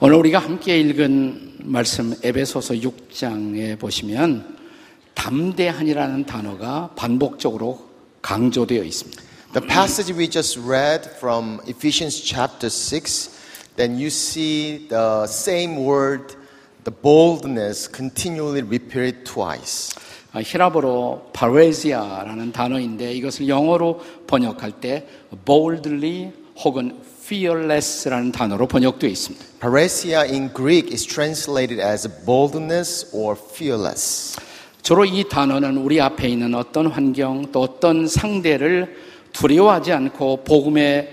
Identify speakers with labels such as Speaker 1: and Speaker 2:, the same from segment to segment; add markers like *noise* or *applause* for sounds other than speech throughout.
Speaker 1: 오늘 우리가 함께 읽은 말씀 에베소서 6장에 보시면 담대한이라는 단어가 반복적으로 강조되어 있습니다.
Speaker 2: The passage we just read from Ephesians chapter 6, then you see the same word, the boldness, continually repeated twice.
Speaker 1: 아, 히라보로 바레지아라는 단어인데 이것을 영어로 번역할 때 boldly 혹은 fearless라는 단어로 번역되어 있습니다.
Speaker 2: Paresia in Greek is translated as boldness or fearless.
Speaker 1: 주로 이 단어는 우리 앞에 있는 어떤 환경 또 어떤 상대를 두려워하지 않고 복음의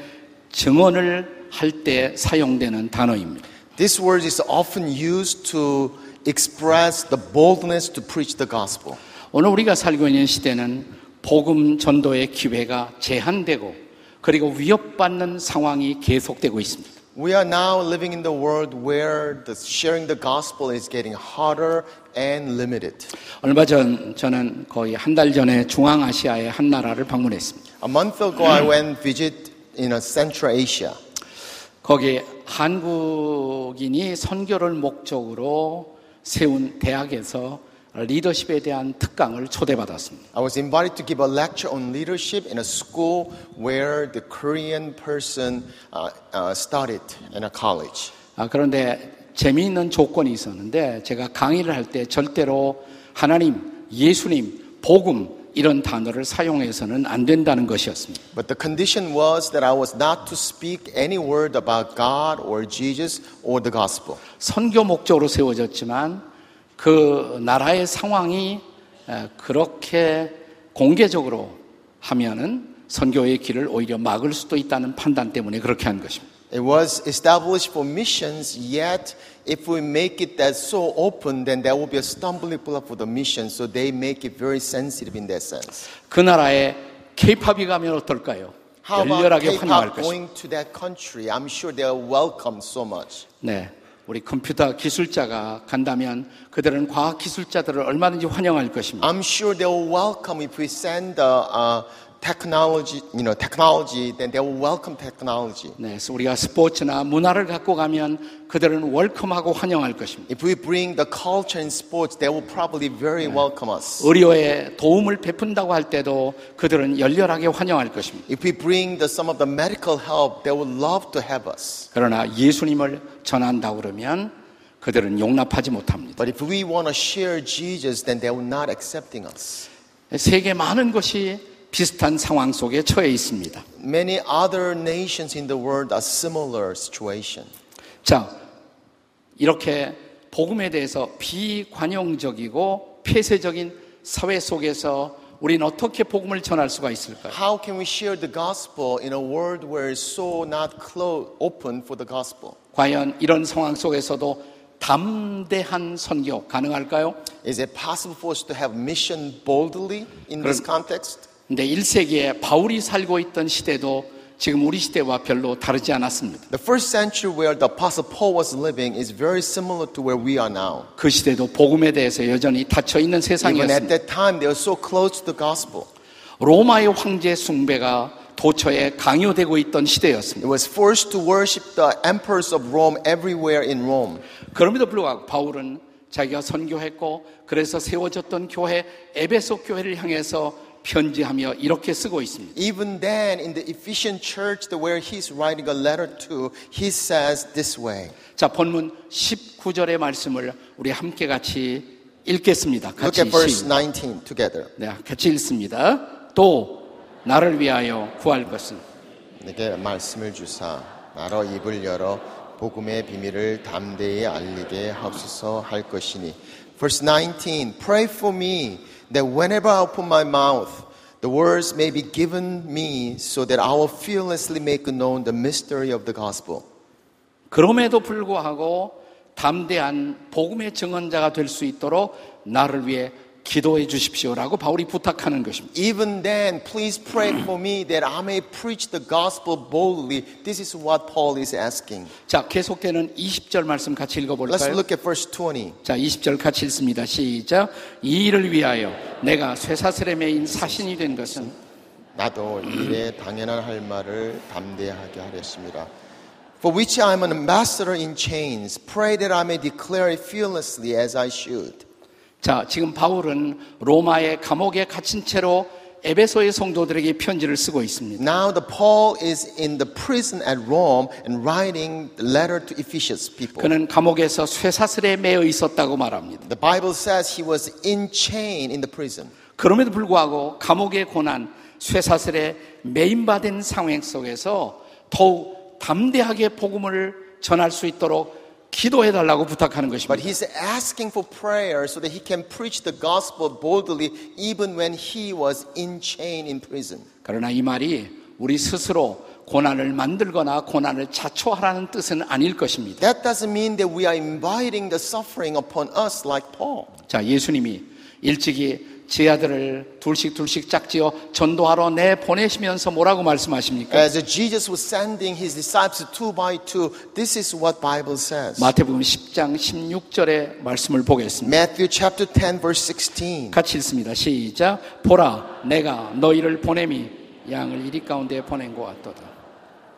Speaker 1: 증언을 할 때 사용되는 단어입니다.
Speaker 2: This word is often used to express the boldness to preach the gospel.
Speaker 1: 오늘 우리가 살고 있는 시대는 복음 전도의 기회가 제한되고 그리고 위협받는 상황이 계속되고 있습니다.
Speaker 2: We are now living in the world where the sharing the gospel is getting harder and limited.
Speaker 1: 얼마 전 저는 거의 한 달 전에 중앙아시아의 한 나라를 방문했습니다.
Speaker 2: A month ago, I went visit in uh, Central Asia.
Speaker 1: 거기 한국인이 선교를 목적으로 세운 대학에서 리더십에 대한 특강을 초대받았습니다.
Speaker 2: I was invited to give a lecture on leadership in a school where the Korean person uh, uh, studied in a college.
Speaker 1: 아, 그런데 재미있는 조건이 있었는데 제가 강의를 할 때 절대로 하나님, 예수님, 복음 이런 단어를 사용해서는 안 된다는 것이었습니다.
Speaker 2: But the condition was that I was not to speak any word about God or Jesus or the gospel.
Speaker 1: 선교 목적으로 세워졌지만 그 나라의 상황이 에, 그렇게 공개적으로 하면은 선교의 길을 오히려 막을 수도 있다는 판단 때문에 그렇게 한 것입니다.
Speaker 2: It was established for missions, yet if we make it that so open, then that will be a stumbling block for the mission. So they make it very sensitive in that sense.
Speaker 1: 그 나라에 케이팝이 가면 어떨까요?
Speaker 2: How about
Speaker 1: 열렬하게 환영할 것입니다.
Speaker 2: K-pop going to that country? I'm sure they'll welcome so much.
Speaker 1: 네. 우리 컴퓨터 기술자가 간다면 그들은 과학 기술자들을 얼마든지 환영할 것입니다.
Speaker 2: I'm sure they'll welcome if we send the uh, technology, you know, technology, then they will welcome technology.
Speaker 1: 네. 그래서 우리가 스포츠나 문화를 갖고 가면 그들은 월컴하고 환영할 것입니다.
Speaker 2: If we bring the culture and sports, they will probably very welcome us.
Speaker 1: 의료에 도움을 베푼다고 할 때도 그들은 열렬하게 환영할 것입니다.
Speaker 2: If we bring the, some of the medical help, they will love to have us.
Speaker 1: 그러나 예수님을 전한다고 그러면 그들은 용납하지 못합니다.
Speaker 2: But if we want to share Jesus, then they will not accepting us.
Speaker 1: 세계 많은 것이 비슷한 상황 속에 처해 있습니다.
Speaker 2: Many other nations in the world are similar situation.
Speaker 1: 자, 이렇게 복음에 대해서 비관용적이고 폐쇄적인 사회 속에서 우리는 어떻게 복음을 전할 수가 있을까요?
Speaker 2: How can we share the gospel in a world where it's so not closed, open for the gospel?
Speaker 1: 과연 이런 상황 속에서도 담대한 선교 가능할까요?
Speaker 2: Is it possible for us to have mission boldly in this context?
Speaker 1: 근데 1세기에 바울이 살고 있던 시대도 지금 우리 시대와 별로 다르지 않았습니다.
Speaker 2: The first century where the Apostle Paul was living is very similar to where we are now.
Speaker 1: 그 시대도 복음에 대해서 여전히 닫혀 있는
Speaker 2: Even at
Speaker 1: 세상이었습니다.
Speaker 2: that time, they were so close to the gospel.
Speaker 1: 로마의 황제 숭배가 도처에 강요되고 있던 시대였습니다.
Speaker 2: It was forced to worship the emperors of Rome everywhere in Rome.
Speaker 1: 그럼에도 불구하고 바울은 자기가 선교했고 그래서 세워졌던 교회 에베소 교회를 향해서 편지하며 이렇게 쓰고 있습니다.
Speaker 2: Even then, in the Ephesian church that where he's writing a letter to, he says this way.
Speaker 1: 자, 본문 19절의 말씀을 우리 함께 같이 읽겠습니다.
Speaker 2: Look
Speaker 1: 같이
Speaker 2: at verse
Speaker 1: 읽습니다.
Speaker 2: 19 together.
Speaker 1: 네, 같이 읽습니다. 또 나를 위하여 구할 것은
Speaker 2: 내게 말씀을 주사 나로 입을 열어 복음의 비밀을 담대히 알리게 하옵소서 할 것이니 Verse 19 Pray for me that whenever I open my mouth the words may be given me so that I will fearlessly make known the mystery of the gospel
Speaker 1: 그럼에도 불구하고 담대한 복음의 증언자가 될 수 있도록 나를 위해 기도해 주십시오라고 바울이 부탁하는 것입니다.
Speaker 2: Even then please pray for me that I may preach the gospel boldly This is what Paul is asking
Speaker 1: 자, 계속되는 20절 말씀 같이 읽어
Speaker 2: Let's
Speaker 1: 볼까요?
Speaker 2: look at verse 20
Speaker 1: 자, 20절 같이 읽습니다. 시작. 이 일을 위하여 내가 쇠사슬의 메인 사신이 된 것은
Speaker 2: 나도 이에 당연한 할 말을 담대하게 하렸습니다. For which I am an ambassador in chains, pray that I may declare it fearlessly as I should.
Speaker 1: 자, 지금 바울은 로마의 감옥에 갇힌 채로 에베소의 성도들에게 편지를 쓰고 있습니다.
Speaker 2: Now the Paul is in the prison at Rome and writing the letter to Ephesus people.
Speaker 1: 그는 감옥에서 쇠사슬에 매여 있었다고 말합니다.
Speaker 2: The Bible says he was in chain in the prison.
Speaker 1: 그럼에도 불구하고 감옥의 고난, 쇠사슬에 매임받은 상황 속에서 더욱 담대하게 복음을 전할 수 있도록 기도해 달라고 부탁하는
Speaker 2: But
Speaker 1: 것입니다.
Speaker 2: he's asking for prayer so that he can preach the gospel boldly even when he was in chain in prison.
Speaker 1: 그러나 이 말이 우리 스스로 고난을 만들거나 고난을 자초하라는 뜻은 아닐 것입니다.
Speaker 2: That doesn't mean that we are inviting the suffering upon us like Paul.
Speaker 1: 자, 예수님이 일찍이 제 아들을 둘씩 둘씩 짝지어 전도하러 내 보내시면서 뭐라고 말씀하십니까?
Speaker 2: As Uh, Jesus was sending his disciples two by two, this is what Bible says.
Speaker 1: 마태복음 10장 16절의 말씀을 보겠습니다.
Speaker 2: Matthew chapter 10 verse 16.
Speaker 1: 같이 읽습니다. 시작. 보라, 내가 너희를 보내미 양을 이리 가운데 보낸 것 같도다.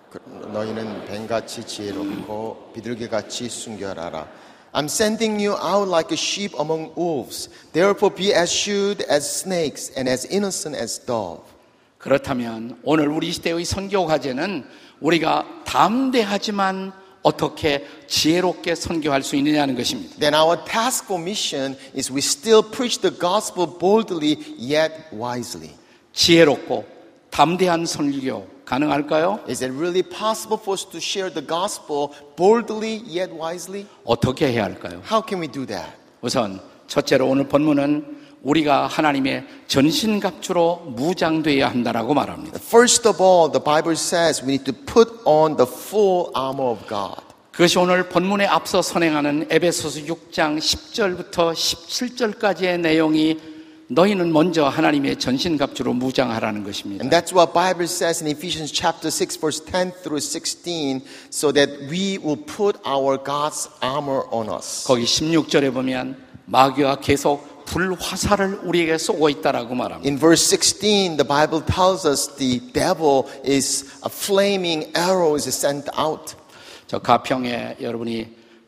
Speaker 2: 그- 너희는 뱀같이 지혜롭고 비둘기같이 순결하라. I'm sending you out like a sheep among wolves. Therefore be as shrewd as snakes and as innocent as dove.
Speaker 1: 그렇다면 오늘 우리 시대의 선교 과제는 우리가 담대하지만 어떻게 지혜롭게 선교할 수 있느냐는 것입니다.
Speaker 2: Then our task or mission is we still preach the gospel boldly yet wisely.
Speaker 1: 지혜롭고 담대한 선교 가능할까요?
Speaker 2: Is it really possible for us to share the gospel boldly yet wisely?
Speaker 1: 어떻게 해야 할까요?
Speaker 2: How can we do that?
Speaker 1: 우선 첫째로 오늘 본문은 우리가 하나님의 전신갑주로 무장되어야 한다라고 말합니다.
Speaker 2: First of all, the Bible says we need to put on the full armor of God.
Speaker 1: 그것이 오늘 본문에 앞서 선행하는 에베소서 6장 10절부터 17절까지의 내용이 너희는 먼저 하나님의 전신갑주로 무장하라는 것입니다.
Speaker 2: And that's what Bible says in Ephesians chapter 6 verse 10 through 16 so that we will put our God's armor on us.
Speaker 1: 거기 16절에 보면 마귀와 계속 불화살을 우리에게 쏘고 있다라고 말합니다.
Speaker 2: In verse 16, the Bible tells us the devil is a flaming arrow is sent out.
Speaker 1: 저 가평에 여러분이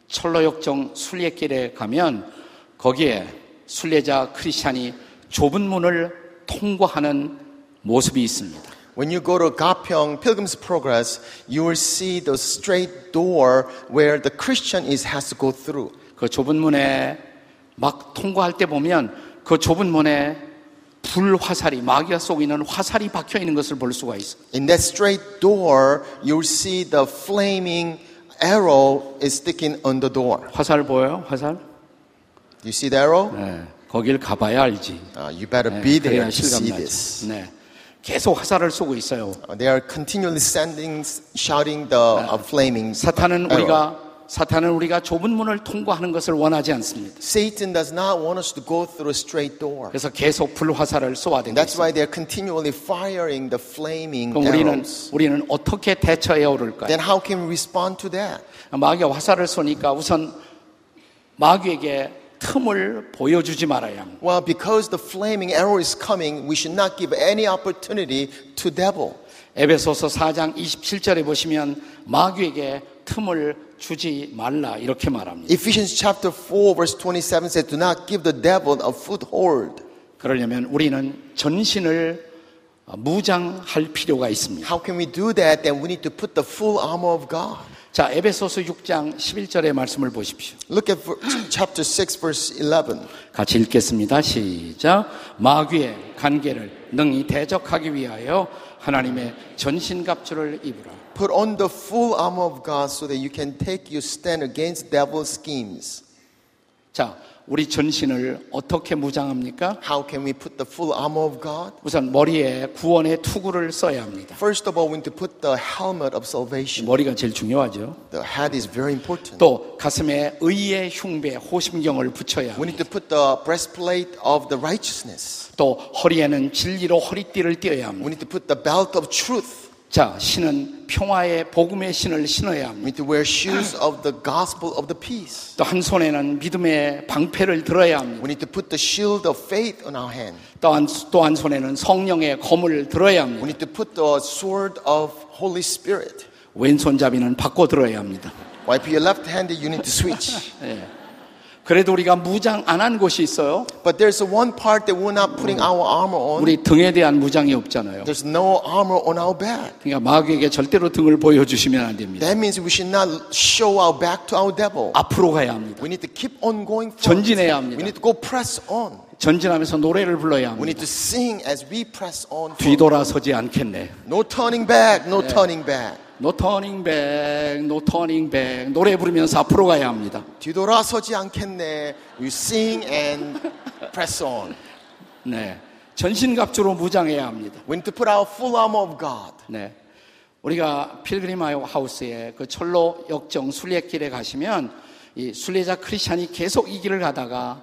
Speaker 1: 철로역정 순례길에 가면 거기에 순례자 크리스찬이 좁은 문을 통과하는 모습이 있습니다.
Speaker 2: When you go to Gapyeong Pilgrim's Progress, you will see the straight door where the Christian is has to go through.
Speaker 1: 그 좁은 문에 막 통과할 때 보면 그 좁은 문에 불 화살이 마귀가 쏘고 있는 화살이 박혀 있는 것을 볼 수가 있어요.
Speaker 2: In that straight door, you will see the flaming arrow is sticking on the door.
Speaker 1: 화살 보여요? 화살?
Speaker 2: You see the arrow?
Speaker 1: 네. 거길 가봐야 알지.
Speaker 2: Uh, you better be there
Speaker 1: 네, 그래야
Speaker 2: to see this.
Speaker 1: 실감나지. 네. 계속 화살을 쏘고 있어요.
Speaker 2: Uh, They are continually sending, shouting the uh, flaming
Speaker 1: 사탄은
Speaker 2: arrow.
Speaker 1: 우리가 사탄은 우리가 좁은 문을 통과하는 것을 원하지 않습니다.
Speaker 2: Satan does not want us to go through a straight door.
Speaker 1: 그래서 계속 불 화살을 쏘아대고
Speaker 2: That's
Speaker 1: 있어요.
Speaker 2: why they're continually firing the flaming
Speaker 1: 그럼 우리는
Speaker 2: arrows.
Speaker 1: 우리는 어떻게 대처해 오를까요?
Speaker 2: Then how can we respond to that?
Speaker 1: 마귀가 화살을 쏘니까 우선 마귀에게 틈을 보여주지 말아야 합니다.
Speaker 2: Well, because the flaming arrow is coming, we should not give any opportunity to devil.
Speaker 1: 에베소서 4장 27절에 보시면 마귀에게 틈을 주지 말라 이렇게 말합니다.
Speaker 2: Ephesians chapter 4 verse 27 says, do not give the devil a foothold.
Speaker 1: 그러려면 우리는 전신을 무장할 필요가 있습니다.
Speaker 2: How can we do that? Then we need to put the full armor of God.
Speaker 1: 자, 에베소서 6장 11절의 말씀을 bo십시오.
Speaker 2: Look at ver- *clears throat* chapter 6 verse 11.
Speaker 1: 같이 읽겠습니다. 시작. 마귀의 관계를 능히 대적하기 위하여 하나님의 전신갑주를 입으라.
Speaker 2: Put on the full armor of God so that you can take your stand against devil's schemes.
Speaker 1: 자, 우리 전신을 어떻게 무장합니까?
Speaker 2: How can we put the full armor of God?
Speaker 1: 우선 머리에 구원의 투구를 써야 합니다.
Speaker 2: First of all, we need to put the helmet of salvation.
Speaker 1: 머리가 제일 중요하죠.
Speaker 2: The head is very important.
Speaker 1: 또 가슴에 의의 흉배, 호심경을 붙여야
Speaker 2: We
Speaker 1: 합니다.
Speaker 2: need to put the breastplate of the righteousness.
Speaker 1: 또 허리에는 진리로 허리띠를 띄어야
Speaker 2: We
Speaker 1: 합니다.
Speaker 2: need to put the belt of truth.
Speaker 1: 자, 신은 평화의 복음의 신을 신어야
Speaker 2: We
Speaker 1: 합니다.
Speaker 2: need to wear shoes of the gospel of the peace.
Speaker 1: 또 한 손에는 믿음의 방패를 들어야 합니다.
Speaker 2: We need to put the shield of faith on our hand.
Speaker 1: 또한 또 한 손에는 성령의 검을 들어야
Speaker 2: We
Speaker 1: 합니다.
Speaker 2: need to put the sword of Holy Spirit.
Speaker 1: 왼손잡이는 바꿔 들어야 합니다.
Speaker 2: Or if you're left-handed, you need to
Speaker 1: *laughs*
Speaker 2: switch.
Speaker 1: 그래도 우리가 무장 안 한 곳이 있어요.
Speaker 2: but there's one part that we're not putting our armor on.
Speaker 1: 우리 등에 대한 무장이 없잖아요.
Speaker 2: There's no armor on our back.
Speaker 1: 그러니까 마귀에게 절대로 등을 보여주시면 안 됩니다.
Speaker 2: That means we should not show our back to our devil.
Speaker 1: 앞으로 가야 합니다.
Speaker 2: We need to keep on going
Speaker 1: Ah.
Speaker 2: forward.
Speaker 1: 전진해야
Speaker 2: We
Speaker 1: 합니다.
Speaker 2: need to go press on.
Speaker 1: 전진하면서 노래를 불러야
Speaker 2: We
Speaker 1: 합니다.
Speaker 2: need to sing as we press on. forward.
Speaker 1: 뒤돌아서지 않겠네.
Speaker 2: No turning back, no turning back.
Speaker 1: No turning back, no turning back. 노래 부르면서 앞으로 가야 합니다.
Speaker 2: 뒤돌아서지 않겠네. We sing and press on.
Speaker 1: 네. 전신갑주로 무장해야 합니다.
Speaker 2: We need to put our full armor of God.
Speaker 1: 네. 우리가 필그림 하우스에 그 철로 역정 순례길에 가시면 이 순례자 크리스찬이 계속 이 길을 가다가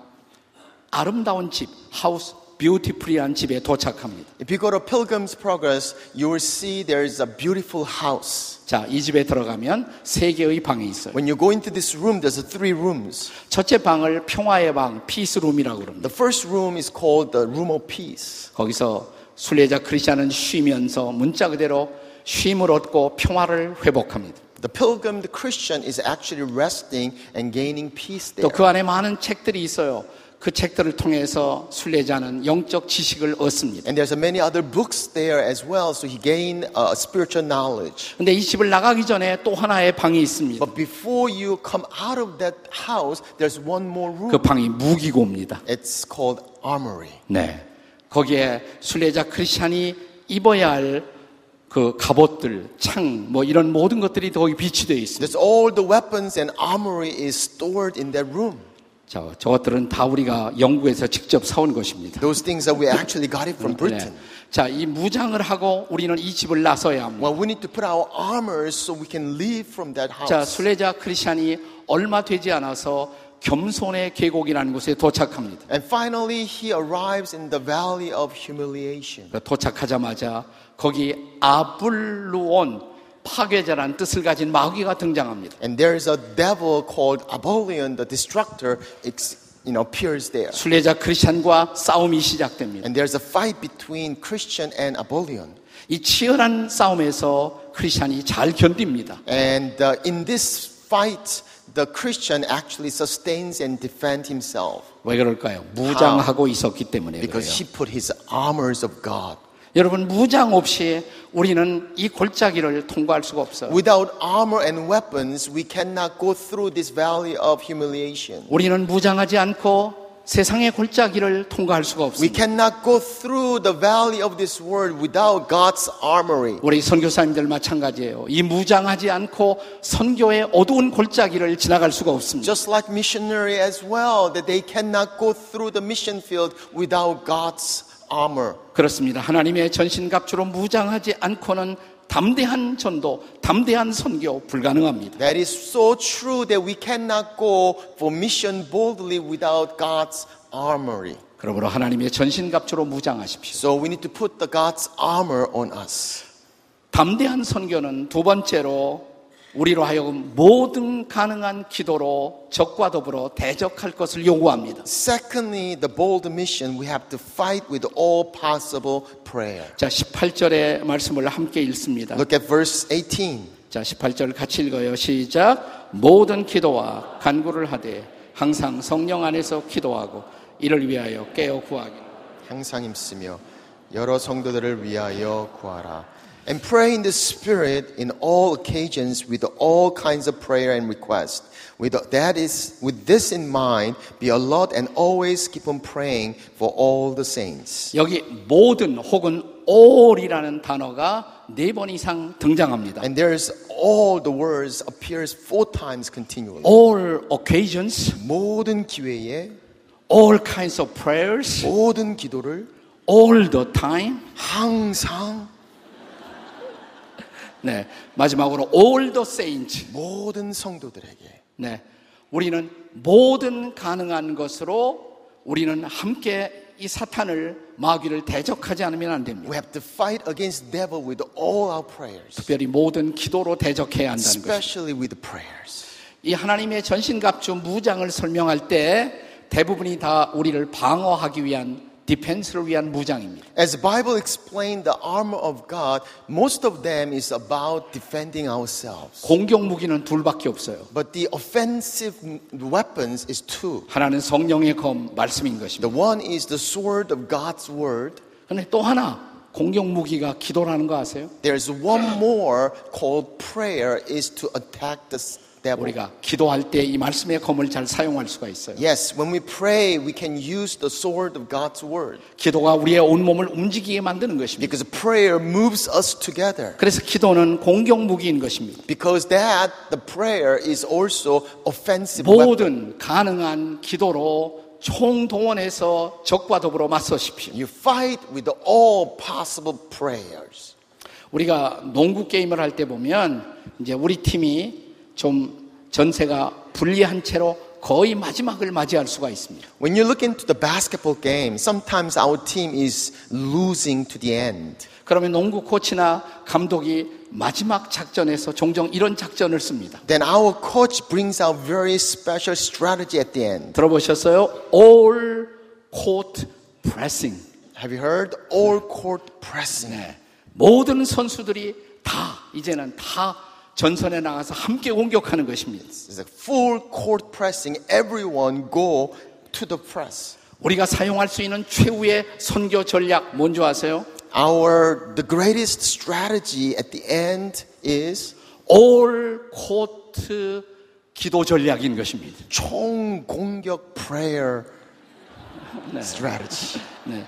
Speaker 1: 아름다운 집, 하우스, 뷰티풀이한 집에 도착합니다.
Speaker 2: If you go to Pilgrim's Progress, you will see there is a beautiful house.
Speaker 1: 자, 이 집에 들어가면 세 개의 방이 있어요.
Speaker 2: When you go into this room, there's three rooms.
Speaker 1: 첫째 방을 평화의 방, 피스룸이라고 그럽니다.
Speaker 2: The first room is called the Room of Peace.
Speaker 1: 거기서 순례자 크리스찬은 쉬면서 문자 그대로 쉼을 얻고 평화를 회복합니다.
Speaker 2: The pilgrim, the Christian, is actually resting and gaining peace
Speaker 1: 또
Speaker 2: there.
Speaker 1: 그 안에 많은 책들이 있어요. 그 책들을 통해서 순례자는 영적 지식을 얻습니다.
Speaker 2: And there's many other books there as well, so he gained uh, spiritual knowledge.
Speaker 1: 근데 이 집을 나가기 전에 또 하나의 방이 있습니다.
Speaker 2: But before you come out of that house, there's one more room.
Speaker 1: 그 방이 무기고입니다.
Speaker 2: It's called armory.
Speaker 1: 네. 거기에 순례자 크리스찬이 입어야 할 그 갑옷들, 창, 뭐 이런 모든 것들이 거기 비치되어 있습니다.
Speaker 2: There's all the weapons and armory is stored in that room.
Speaker 1: 자, 저것들은 다 우리가 영국에서 직접 사온 것입니다.
Speaker 2: Those things that we actually got it from
Speaker 1: 네.
Speaker 2: Britain.
Speaker 1: 자, 이 무장을 하고 우리는 이 집을 나서야 합니다.
Speaker 2: Well, we need to put our armors so we can leave from that
Speaker 1: 자,
Speaker 2: house.
Speaker 1: 순례자 크리스찬이 얼마 되지 않아서 겸손의 계곡이라는 곳에 도착합니다.
Speaker 2: And finally, he arrives in the valley of humiliation.
Speaker 1: 그러니까 도착하자마자 거기 아블루온 파괴자란 뜻을 가진 마귀가 등장합니다.
Speaker 2: And there is a devil called Abolion, the destructor, ex- you know, appears there.
Speaker 1: 순례자 크리스찬과 싸움이 시작됩니다.
Speaker 2: And there's a fight between Christian and Abolion.
Speaker 1: 이 치열한 싸움에서 크리스찬이 잘 견딥니다.
Speaker 2: And uh, in this fight, the Christian actually sustains and defends himself
Speaker 1: 왜 그럴까요? 무장하고 있었기 때문에 그래요.
Speaker 2: because he put his armors of God.
Speaker 1: 여러분 무장 없이 우리는 이 골짜기를 통과할 수가 없어요.
Speaker 2: Without armor and weapons, we cannot go through this valley of humiliation.
Speaker 1: 우리는 무장하지 않고 세상의 골짜기를 통과할 수가
Speaker 2: We
Speaker 1: 없습니다.
Speaker 2: cannot go through the valley of this world without God's armory.
Speaker 1: 우리 선교사님들 마찬가지예요. 이 무장하지 않고 선교의 어두운 골짜기를 지나갈 수가 없습니다.
Speaker 2: Just like missionary as well, that they cannot go through the mission field without God's armor.
Speaker 1: 그렇습니다. 하나님의 전신갑주로 무장하지 않고는 담대한 전도, 담대한 선교 불가능합니다.
Speaker 2: That is so true that we cannot go for mission boldly without God's armory.
Speaker 1: 그러므로 하나님의 전신갑주로 무장하십시오.
Speaker 2: So we need to put the God's armor on us.
Speaker 1: 담대한 선교는 두 번째로 우리로 하여금 모든 가능한 기도로 적과 더불어 대적할 것을 요구합니다.
Speaker 2: Secondly, the bold mission, we have to fight with all possible prayer.
Speaker 1: 자, 18절의 말씀을 함께 읽습니다.
Speaker 2: Look at verse 18.
Speaker 1: 자, 18절 같이 읽어요. 시작. 모든 기도와 간구를 하되 항상 성령 안에서 기도하고 이를 위하여 깨어 구하기.
Speaker 2: 항상 힘쓰며 여러 성도들을 위하여 구하라. And pray in the Spirit in all occasions with all kinds of prayer and request. With that is with this in mind, be alert and always keep on praying for all the saints.
Speaker 1: 여기 모든 혹은 all이라는 단어가 네 번 이상 등장합니다.
Speaker 2: And there's all the words appears four times continually.
Speaker 1: All occasions,
Speaker 2: 모든 기회에
Speaker 1: all kinds of prayers,
Speaker 2: 모든 기도를
Speaker 1: all the time.
Speaker 2: 항상
Speaker 1: 네. 마지막으로 all the saints.
Speaker 2: 모든 성도들에게
Speaker 1: 네. 우리는 모든 가능한 것으로 우리는 함께 이 사탄을 마귀를 대적하지 않으면 안 됩니다.
Speaker 2: we have to fight against devil with all our prayers.
Speaker 1: 특별히 모든 기도로 대적해야 한다는 것입니다.
Speaker 2: especially with the prayers.
Speaker 1: 이 하나님의 전신갑주 무장을 설명할 때 대부분이 다 우리를 방어하기 위한 디펜스를 위한 무장입니다.
Speaker 2: As the Bible explained the armor of God, most of them is about defending ourselves.
Speaker 1: 공격 무기는 둘밖에 없어요.
Speaker 2: But the offensive weapons is two.
Speaker 1: 하나는 성령의 검 말씀인 것입니다.
Speaker 2: The one is the sword of God's word.
Speaker 1: 그런데 또 하나 공격 무기가 기도라는 거 아세요?
Speaker 2: There's one more called prayer is to attack the s- devil.
Speaker 1: 우리가 기도할 때 이 말씀의 검을 잘 사용할 수가 있어요.
Speaker 2: Yes, when we pray, we can use the sword of God's word
Speaker 1: 기도가 우리의 온 몸을 움직이게 만드는 것입니다.
Speaker 2: because prayer moves us together.
Speaker 1: 그래서 기도는 공격 무기인 것입니다.
Speaker 2: Because that the prayer is also offensive weapon.
Speaker 1: 모든 가능한 기도로 총동원해서 적과 더불어 맞서십시오.
Speaker 2: You fight with all possible prayers.
Speaker 1: 우리가 농구 게임을 할 때 보면 이제 우리 팀이 좀 전세가 불리한 채로 거의 마지막을 맞이할 수가 있습니다.
Speaker 2: When you look into the basketball game, sometimes our team is losing to the end.
Speaker 1: 그러면 농구 코치나 감독이 마지막 작전에서 종종 이런 작전을 씁니다.
Speaker 2: Then our coach brings out very special strategy at the end.
Speaker 1: 들어보셨어요? All court pressing.
Speaker 2: Have you heard? All court pressing.
Speaker 1: 네. 모든 선수들이 다 이제는 다 전선에 나가서 함께 공격하는 것입니다.
Speaker 2: It's a full court pressing. Everyone go to the press.
Speaker 1: 우리가 사용할 수 있는 최후의 선교 전략 뭔지 아세요?
Speaker 2: Our the greatest strategy at the end is
Speaker 1: 올 코트 기도 전략인 것입니다.
Speaker 2: 총 공격 prayer strategy.
Speaker 1: 네.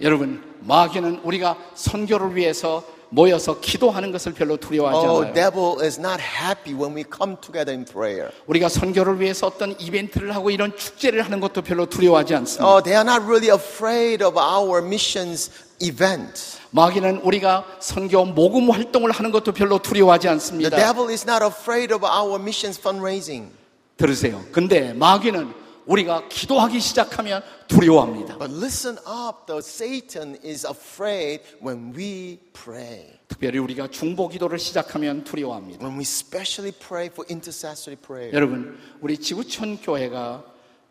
Speaker 1: 여러분, 마귀는 우리가 선교를 위해서 모여서 기도하는 것을 별로 두려워하지
Speaker 2: Oh,
Speaker 1: 않아요.
Speaker 2: devil is not happy when we come together in prayer.
Speaker 1: 우리가 선교를 위해서 어떤 이벤트를 하고 이런 축제를 하는 것도 별로 두려워하지 않습니다.
Speaker 2: Oh, they are not really afraid of our missions event.
Speaker 1: 마귀는 우리가 선교 모금 활동을 하는 것도 별로 두려워하지
Speaker 2: The
Speaker 1: 않습니다.
Speaker 2: devil is not afraid of our missions fundraising.
Speaker 1: 들으세요. 근데 마귀는 우리가 기도하기 시작하면 두려워합니다.
Speaker 2: But listen up, though Satan is afraid when we pray.
Speaker 1: 특별히 우리가 중보 기도를 시작하면 두려워합니다.
Speaker 2: When we specially pray for intercessory prayer.
Speaker 1: 여러분, 우리 지구촌 교회가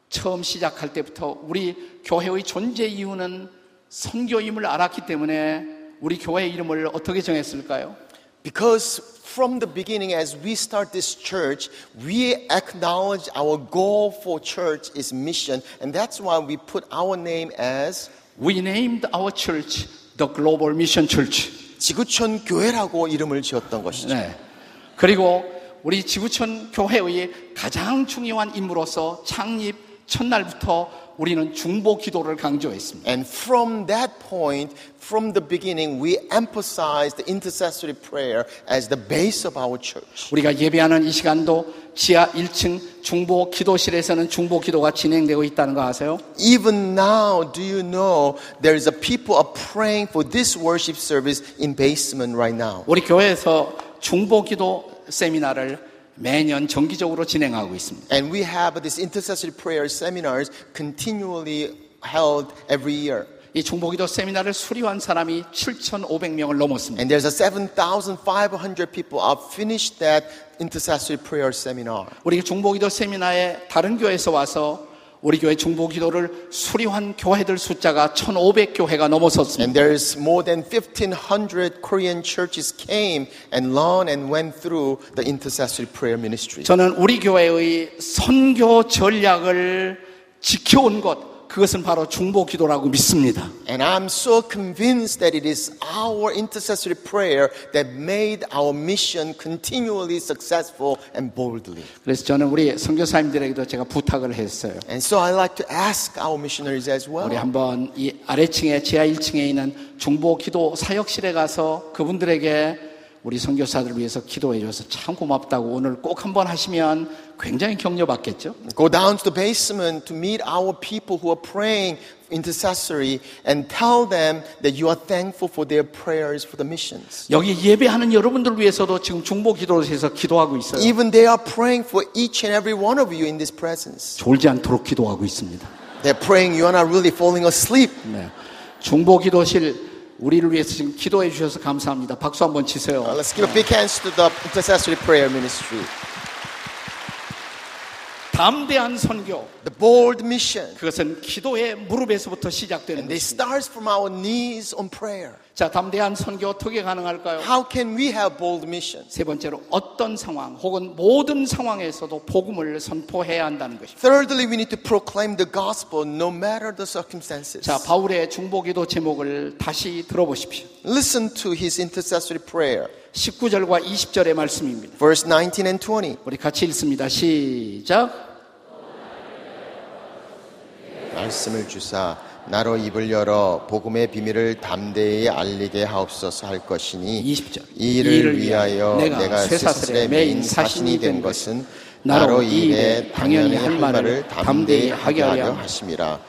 Speaker 1: 처음 시작할 때부터 우리 교회의 존재 이유는 선교임을 알았기 때문에 우리 교회 이름을 어떻게 정했을까요?
Speaker 2: Because from the beginning, as we start this church, we acknowledge our goal for church is mission, and that's why we put our name as
Speaker 1: We named our church the Global Mission Church.
Speaker 2: 지구촌 교회라고 이름을 지었던 것이죠.
Speaker 1: 네. 그리고 우리 지구촌 교회의 가장 중요한 임무로서 창립 첫날부터 우리는 중보 기도를 강조했습니다.
Speaker 2: And from that point, from the beginning, we emphasize the intercessory prayer as the base of our church.
Speaker 1: 우리가 예배하는 이 시간도 지하 1층 중보 기도실에서는 중보 기도가 진행되고 있다는 거 아세요?
Speaker 2: Even now, do you know there is a people are praying for this worship service in basement right now?
Speaker 1: 우리 교회에서 중보기도 세미나를 매년 정기적으로 진행하고 있습니다.
Speaker 2: And we have these intercessory prayer seminars continually held every year.
Speaker 1: 이 중보기도 세미나를 수료한 사람이 7,500명을 넘었습니다.
Speaker 2: And there's a 7,500 people have finished that intercessory prayer seminar.
Speaker 1: 우리 중보기도 세미나에 다른 교회에서 와서 우리 교회 중보기도를 수료한 교회들 숫자가 1,500 교회가 넘어섰습니다.
Speaker 2: And there's more than 1,500 Korean churches came and learned and went through the intercessory prayer ministry.
Speaker 1: 저는 우리 교회의 선교 전략을 지켜온 것, 그것은 바로 중보기도라고 믿습니다.
Speaker 2: And I'm so convinced that it is our intercessory prayer that made our mission continually successful and boldly.
Speaker 1: 그래서 저는 우리 선교사님들에게도 제가 부탁을 했어요.
Speaker 2: And so I like to ask our missionaries as well.
Speaker 1: 우리 한번 이 아래층에 지하 1층에 있는 중보 기도 사역실에 가서 그분들에게 우리 선교사들 위해서 기도해 줘서 참 고맙다고 오늘 꼭 한번 하시면 굉장히 격려받겠죠.
Speaker 2: Go down to the basement to meet our people who are praying intercessory and tell them that you are thankful for their prayers for the missions.
Speaker 1: 여기 예배하는 여러분들 위해서도 지금 중보 기도에서 기도하고 있어요.
Speaker 2: Even they are praying for each and every one of you in this presence.
Speaker 1: 졸지 않도록 기도하고 있습니다.
Speaker 2: They're praying you are not really falling asleep.
Speaker 1: 네. 중보 기도실 우리를 위해서 지금 기도해 주셔서 감사합니다. 박수 한번
Speaker 2: Uh,
Speaker 1: 치세요.
Speaker 2: let's give a big hands to the intercessory prayer ministry.
Speaker 1: 담대한 선교
Speaker 2: the bold mission.
Speaker 1: 그것은 기도의 무릎에서부터 시작되는
Speaker 2: And this
Speaker 1: 것입니다.
Speaker 2: starts from our knees on prayer.
Speaker 1: 자, 담대한 선교 어떻게 가능할까요?
Speaker 2: How can we have bold missions?
Speaker 1: 세 번째로 어떤 상황 혹은 모든 상황에서도 복음을 선포해야 한다는 것입니다.
Speaker 2: Thirdly, we need to proclaim the gospel no matter the circumstances.
Speaker 1: 자, 바울의 중보기도 제목을 다시 들어보십시오.
Speaker 2: Listen to his intercessory prayer,
Speaker 1: 19절과 20절의 말씀입니다.
Speaker 2: verse 19 and 20.
Speaker 1: 우리 같이 읽습니다. 시작.
Speaker 2: 말씀을 주사 나로 입을 열어 복음의 비밀을 담대히 알리게 하옵소서 할 것이니
Speaker 1: 20절.
Speaker 2: 이 일을 위하여 내가, 쇠사슬에 매인 사신이 된 것은 나로 이 일에 당연히 할 말을 담대히 하게 하려 하심이라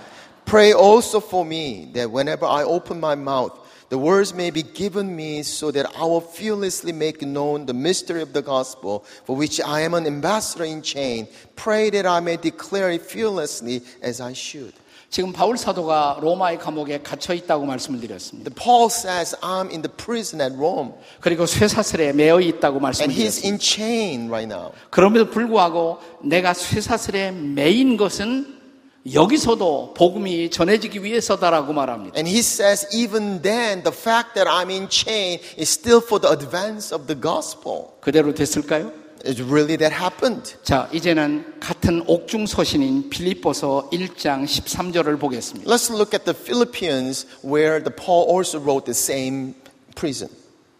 Speaker 2: Pray also for me that whenever I open my mouth the words may be given me so that I will fearlessly make known the mystery of the gospel for which I am an ambassador in chain pray that I may declare it fearlessly as I should
Speaker 1: 지금 바울 사도가 로마의 감옥에 갇혀 있다고 말씀을 드렸습니다.
Speaker 2: The Paul says, I'm in the prison at Rome,
Speaker 1: 그리고 쇠사슬에 매어 있다고
Speaker 2: and
Speaker 1: 말씀을
Speaker 2: he's
Speaker 1: 드렸습니다.
Speaker 2: in chain right now.
Speaker 1: 그럼에도 불구하고 내가 쇠사슬에 매인 것은 여기서도 복음이 전해지기 위해서다라고 말합니다.
Speaker 2: And he says, even then, the fact that I'm in chain is still for the advance of the gospel.
Speaker 1: 그대로 됐을까요?
Speaker 2: It's really that happened.
Speaker 1: 자, 이제는 같은 옥중 서신인 빌립보서 1장 13절을 보겠습니다.
Speaker 2: Let's look at the Philippians, where the Paul also wrote the same prison.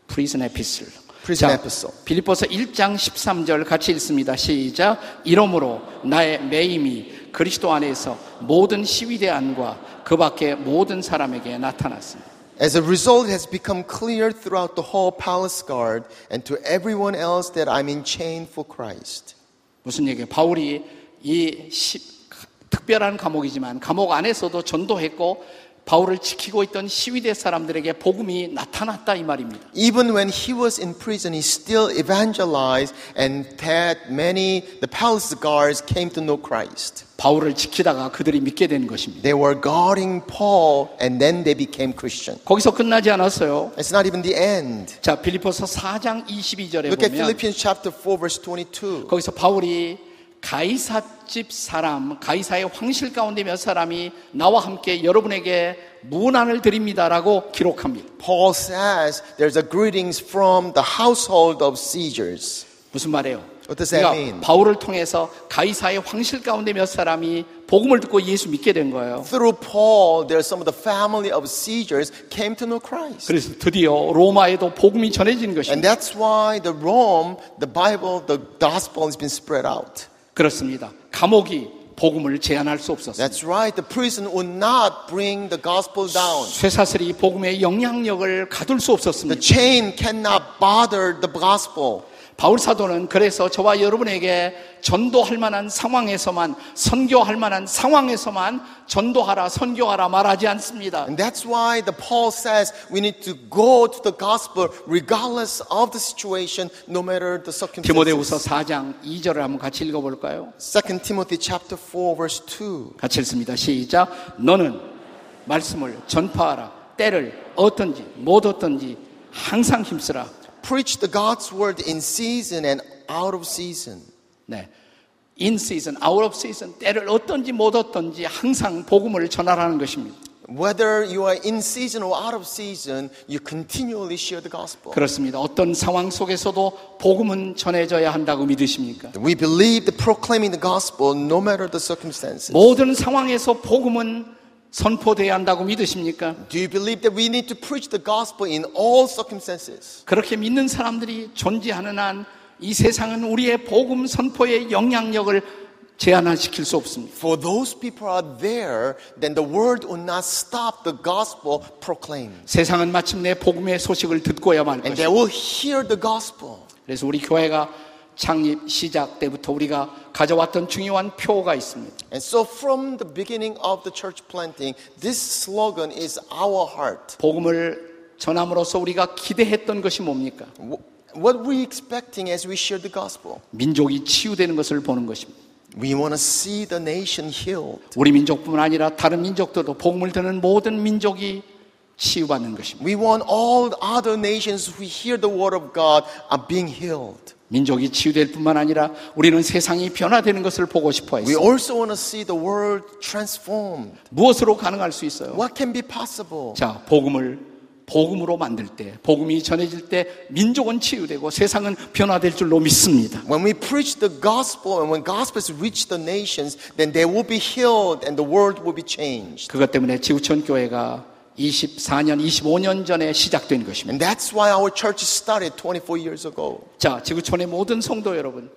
Speaker 1: 프리즌 에피슬.
Speaker 2: Prison epistle.
Speaker 1: 빌립보서 1장 13절 같이 읽습니다. 시작. 이러므로 나의 매임이 그리스도 안에서 모든 시위대안과 그 밖에 모든 사람에게 나타났습니다.
Speaker 2: As a result, it has become clear throughout the whole palace guard and to everyone else that I'm in chain for Christ.
Speaker 1: 무슨 얘기예요? 바울이 이 시- 특별한 감옥이지만 감옥 안에서도 전도했고 바울을 지키고 있던 시위대 사람들에게 복음이 나타났다 이 말입니다.
Speaker 2: Even when he was in prison, he still evangelized and that many, the palace guards came to know Christ.
Speaker 1: 바울을 지키다가 그들이 믿게 된 것입니다.
Speaker 2: They were guarding Paul and then they became Christian.
Speaker 1: 거기서 끝나지 않았어요.
Speaker 2: It's not even the end.
Speaker 1: 자, 빌립보서 4장 22절에
Speaker 2: Look at
Speaker 1: 보면
Speaker 2: Philippians chapter 4 verse 22.
Speaker 1: 거기서 바울이 가이사 집 사람, 가이사의 황실 가운데 몇 사람이 나와 함께 여러분에게 문안을 드립니다라고 기록합니다.
Speaker 2: Paul says there's a greetings from the household of Caesars.
Speaker 1: 무슨 말이에요? 그러니까
Speaker 2: What does that mean?
Speaker 1: 바울을 통해서 가이사의 황실 가운데 몇 사람이 복음을 듣고 예수 믿게 된 거예요.
Speaker 2: Through Paul, there's some of the family of Caesars came to know Christ.
Speaker 1: 그래서 드디어 로마에도 복음이 전해진
Speaker 2: And
Speaker 1: 것입니다.
Speaker 2: that's why the Rome, the Bible, the gospel has been spread out.
Speaker 1: 그렇습니다. 감옥이 복음을 제한할 수 없었어요.
Speaker 2: That's right. The prison would not bring the gospel down.
Speaker 1: 쇠사슬이 복음의 영향력을 가둘 수
Speaker 2: The
Speaker 1: 없었습니다.
Speaker 2: chain cannot bother the gospel.
Speaker 1: 바울 사도는 그래서 저와 여러분에게 전도할 만한 상황에서만 선교할 만한 상황에서만 전도하라 선교하라 말하지 않습니다.
Speaker 2: And that's why the Paul says we need to go to the gospel regardless of the situation, no matter the
Speaker 1: 디모데후서
Speaker 2: circumstances.
Speaker 1: 4장 2절을 한번 같이 읽어 볼까요?
Speaker 2: 2 Timothy chapter 4 verse 2.
Speaker 1: 같이 읽습니다. 시작. 너는 말씀을 전파하라. 때를 얻든지 못 얻든지 항상 힘쓰라.
Speaker 2: Preach the God's word in season and out of season.
Speaker 1: 네. in season, out of season, 때를 얻든지 못 얻든지 항상 복음을 전하라는 것입니다.
Speaker 2: Whether you are in season or out of season, you continually share the gospel.
Speaker 1: 그렇습니다. 어떤 상황 속에서도 복음은 전해져야 한다고 믿으십니까?
Speaker 2: We believe that proclaiming the gospel no matter the circumstances.
Speaker 1: 모든 상황에서 복음은 선포돼야 한다고 믿으십니까?
Speaker 2: Do you believe that we need to preach the gospel in all circumstances?
Speaker 1: 그렇게 믿는 사람들이 존재하는 한 이 세상은 우리의 복음 선포의 영향력을 제한시킬 수 없습니다.
Speaker 2: For those people are there, then the word will not stop the gospel proclaimed.
Speaker 1: 세상은 마침내 복음의 소식을 듣고야 말
Speaker 2: And
Speaker 1: 것입니다.
Speaker 2: they will hear the gospel.
Speaker 1: 그래서 우리 교회가 창립 시작 때부터 우리가 가져왔던 중요한 표어가 있습니다.
Speaker 2: And so from the beginning of the church planting, this slogan is our heart.
Speaker 1: 복음을 전함으로써 우리가 기대했던 것이 뭡니까?
Speaker 2: Wh- What we expecting as we share the gospel?
Speaker 1: 민족이 치유되는 것을 보는 것입니다.
Speaker 2: We want to see the nation healed.
Speaker 1: 우리 민족뿐만 아니라 다른 민족들도 복음을 듣는 모든 민족이 치유받는 것입니다.
Speaker 2: We want all other nations who hear the word of God are being healed.
Speaker 1: 민족이 치유될 뿐만 아니라 우리는 세상이 변화되는 것을 보고 싶어
Speaker 2: We
Speaker 1: 했어요.
Speaker 2: also want to see the world transformed.
Speaker 1: 무엇으로 가능할 수 있어요?
Speaker 2: What can be possible?
Speaker 1: 자, 복음을 복음으로 만들 때, 복음이 전해질 때 민족은 치유되고 세상은 변화될 줄로 믿습니다.
Speaker 2: When we preach the gospel and when gospels reach the nations, then they will be healed and the world will be changed.
Speaker 1: 그것 때문에 지구촌 교회가 24년, 25년 전에 시작된 것입니다.
Speaker 2: And that's why our church started 24 years ago.
Speaker 1: 자, 지구촌의 모든 성도 여러분,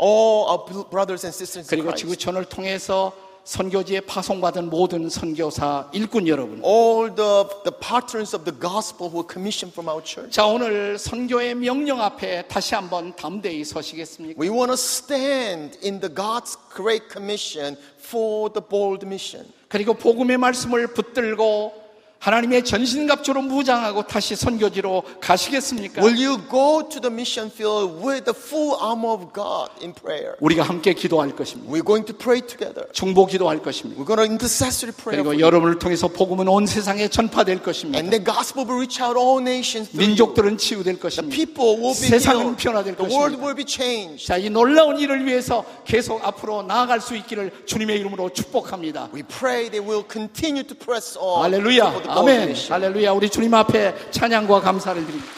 Speaker 2: All our bl- brothers and sisters in
Speaker 1: 그리고
Speaker 2: Christ,
Speaker 1: 지구촌을 통해서 선교지에 파송받은 모든 선교사 일꾼 여러분.
Speaker 2: all the, the partners of the gospel who were commissioned from our church.
Speaker 1: 자, 오늘 선교의 명령 앞에 다시 한번 담대히 서시겠습니까?
Speaker 2: We want to stand in the God's great commission for the bold mission.
Speaker 1: 그리고 복음의 말씀을 붙들고 하나님의 전신갑주로 무장하고 다시 선교지로 가시겠습니까?
Speaker 2: Will you go to the mission field with the full armor of God in prayer?
Speaker 1: 우리가 함께 기도할 것입니다.
Speaker 2: We're going to pray together.
Speaker 1: 중보 기도할 것입니다.
Speaker 2: We're going to intercessory prayer. for
Speaker 1: 그리고 여러분을 통해서 복음은 온 세상에 전파될 것입니다.
Speaker 2: And the gospel will reach out all nations. through you.
Speaker 1: 민족들은 치유될
Speaker 2: The
Speaker 1: 것입니다.
Speaker 2: people will be
Speaker 1: 세상은
Speaker 2: healed.
Speaker 1: 변화될
Speaker 2: The world
Speaker 1: 것입니다.
Speaker 2: will be changed.
Speaker 1: 자, 이 놀라운 일을 위해서 계속 앞으로 나아갈 수 있기를 주님의 이름으로 축복합니다.
Speaker 2: We pray they will continue to press on. for
Speaker 1: 할렐루야,
Speaker 2: the bold
Speaker 1: 아멘,
Speaker 2: mission.
Speaker 1: 할렐루야. 우리 주님 앞에 찬양과 감사를 드립니다.